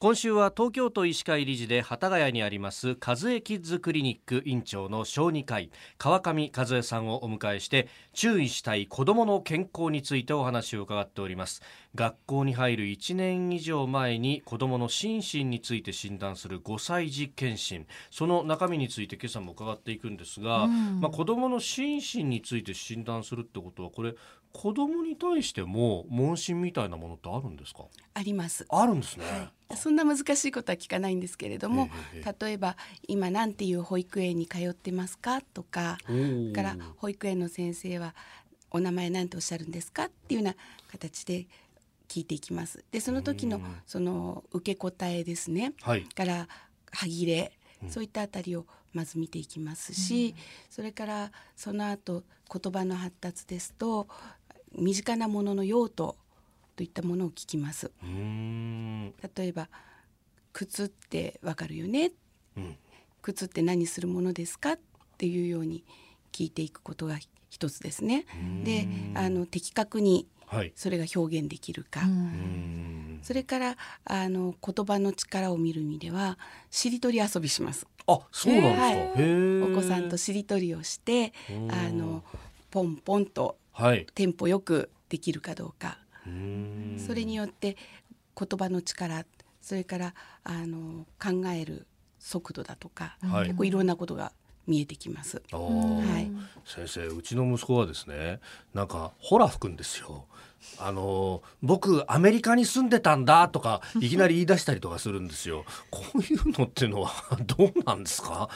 今週は東京都医師会理事で幡ヶ谷にあります和江キッズクリニック院長の小児科医川上和江さんをお迎えして注意したい子どもの健康についてお話を伺っております学校に入る1年以上前に子どもの心身について診断する5歳児検診その中身について今朝も伺っていくんですが、うんまあ、子どもの心身について診断するってことはこれ子どもに対しても問診みたいなものってあるんですかあります。あるんですね。そんな難しいことは聞かないんですけれども、ええ例えば今なんていう保育園に通ってますかとか、おーから保育園の先生はお名前なんておっしゃるんですかっていうような形で聞いていきます。で、その時うのんその受け答えですね。はい。から歯切れ、うんそういったあたりをまず見ていきますし、それからその後言葉の発達ですと身近なものの用途といったものを聞きますうーん。例えば靴ってわかるよねうん。靴って何するものですかっていうように聞いていくことが一つですねんであの的確にはい。それが表現できるか、うーん。それからあの言葉の力を見る意味ではしりとり遊びしますあ、そうなんですか。へーお子さんとしりとりをしてうんあのポンポンとはい。テンポよくできるかどうかうーんそれによって言葉の力それからあの考える速度だとかはい結構いろんなことが見えてきます。あーはい先生うちの息子はですねなんかホラ吹くんですよあの僕アメリカに住んでたんだとかいきなり言い出したりとかするんです よこういうのっていうのはどうなんですか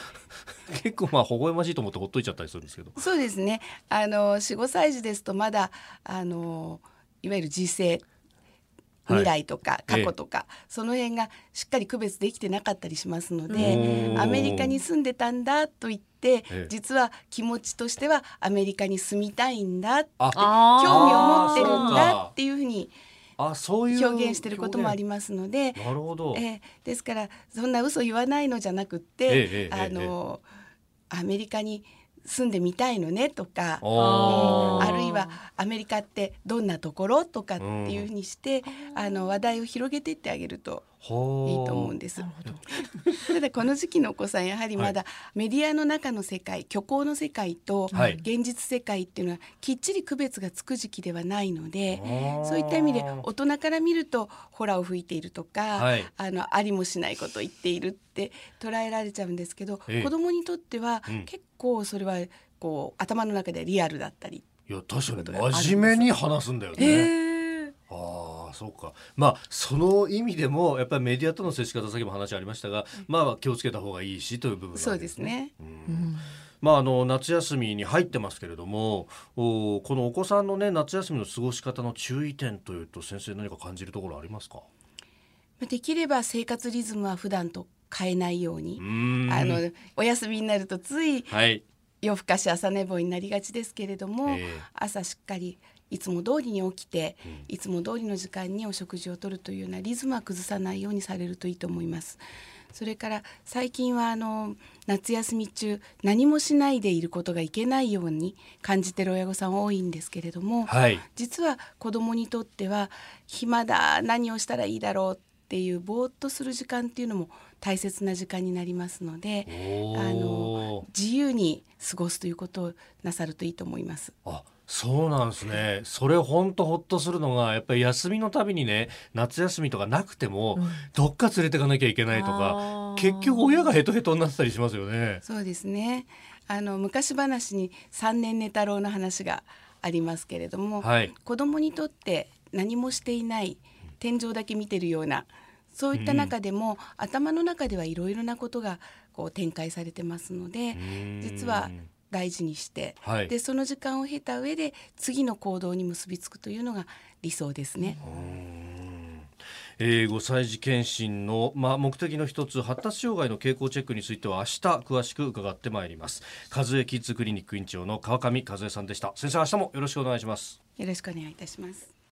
結構まあ微笑ましいと思ってほっといちゃったりするんですけどそうですねあの四五歳児ですとまだあのいわゆる時は勢い未来とか過ええ去とか、その辺がしっかり区別できてなかったりしますのおでーアメリカに住んでたんだと言って、ええ実は気持ちとしてはアメリカに住みたいんだあ興味を持あっーてるんそうだかっていうふうにあそういう表現してることもありますので、なるほど、ええですからそんな嘘言わないのじゃなくっええええて、ええあのアメリカに住んでみたいのねとか。あーあるいはアメリカってどんなところとかっていうふうにして、あの話題を広げていってあげるといいほと思うんです。 ただこの時期のお子さんやはりまだメディアの中の世界虚構の世界とはい現実世界っていうのはきっちり区別がつく時期ではないので、あーそういった意味で大人から見るとホラを吹いているとか、はいあのありもしないことを言っているって捉えられちゃうんですけど、ええ子供にとってはうん結構それはこう頭の中でリアルだったりいや確かに真面目に話すんだよね、ああそうかまあその意味でもやっぱりメディアとの接し方さっきも話ありましたが、まあ気をつけた方がいいしという部分そうですね。うんまあ、あの夏休みに入ってますけれどもおこのお子さんの、ね、夏休みの過ごし方の注意点というと先生何か感じるところありますかまあできれば生活リズムは普段と変えないようにう、ーんあのお休みになるとついはい、夜更かし朝寝坊になりがちですけれども、ええ朝しっかりいつも通りに起きて、んいつも通りの時間にお食事をとるというようなリズムは崩さないようにされるといいと思います。それから最近はあの夏休み中何もしないでいることがいけないように感じてる親御さん多いんですけれども、はい実は子供にとっては暇だ何をしたらいいだろうっていうぼーっとする時間っていうのも大切な時間になりますのでおあのー自由に過ごすということをなさるといいと思います。あそうなんですねそれほんとほっとするのがやっぱり休みのたびにね夏休みとかなくても、どっか連れてかなきゃいけないとかあー結局親がヘトヘトになってたりしますよね。そうですねあの昔話に三年寝太郎の話がありますけれども、はい子供にとって何もしていない天井だけ見てるようなそういった中でも、頭の中ではいろいろなことがこう展開されてますので、 実は大事にして、はいでその時間を経た上で次の行動に結びつくというのが理想ですね。えー、5歳児検診の、まあ、目的の一つ発達障害の傾向チェックについては明日詳しく伺ってまいります和江キッズクリニック院長の川上和江さんでした先生明日もよろしくお願いしますよろしくお願いいたします。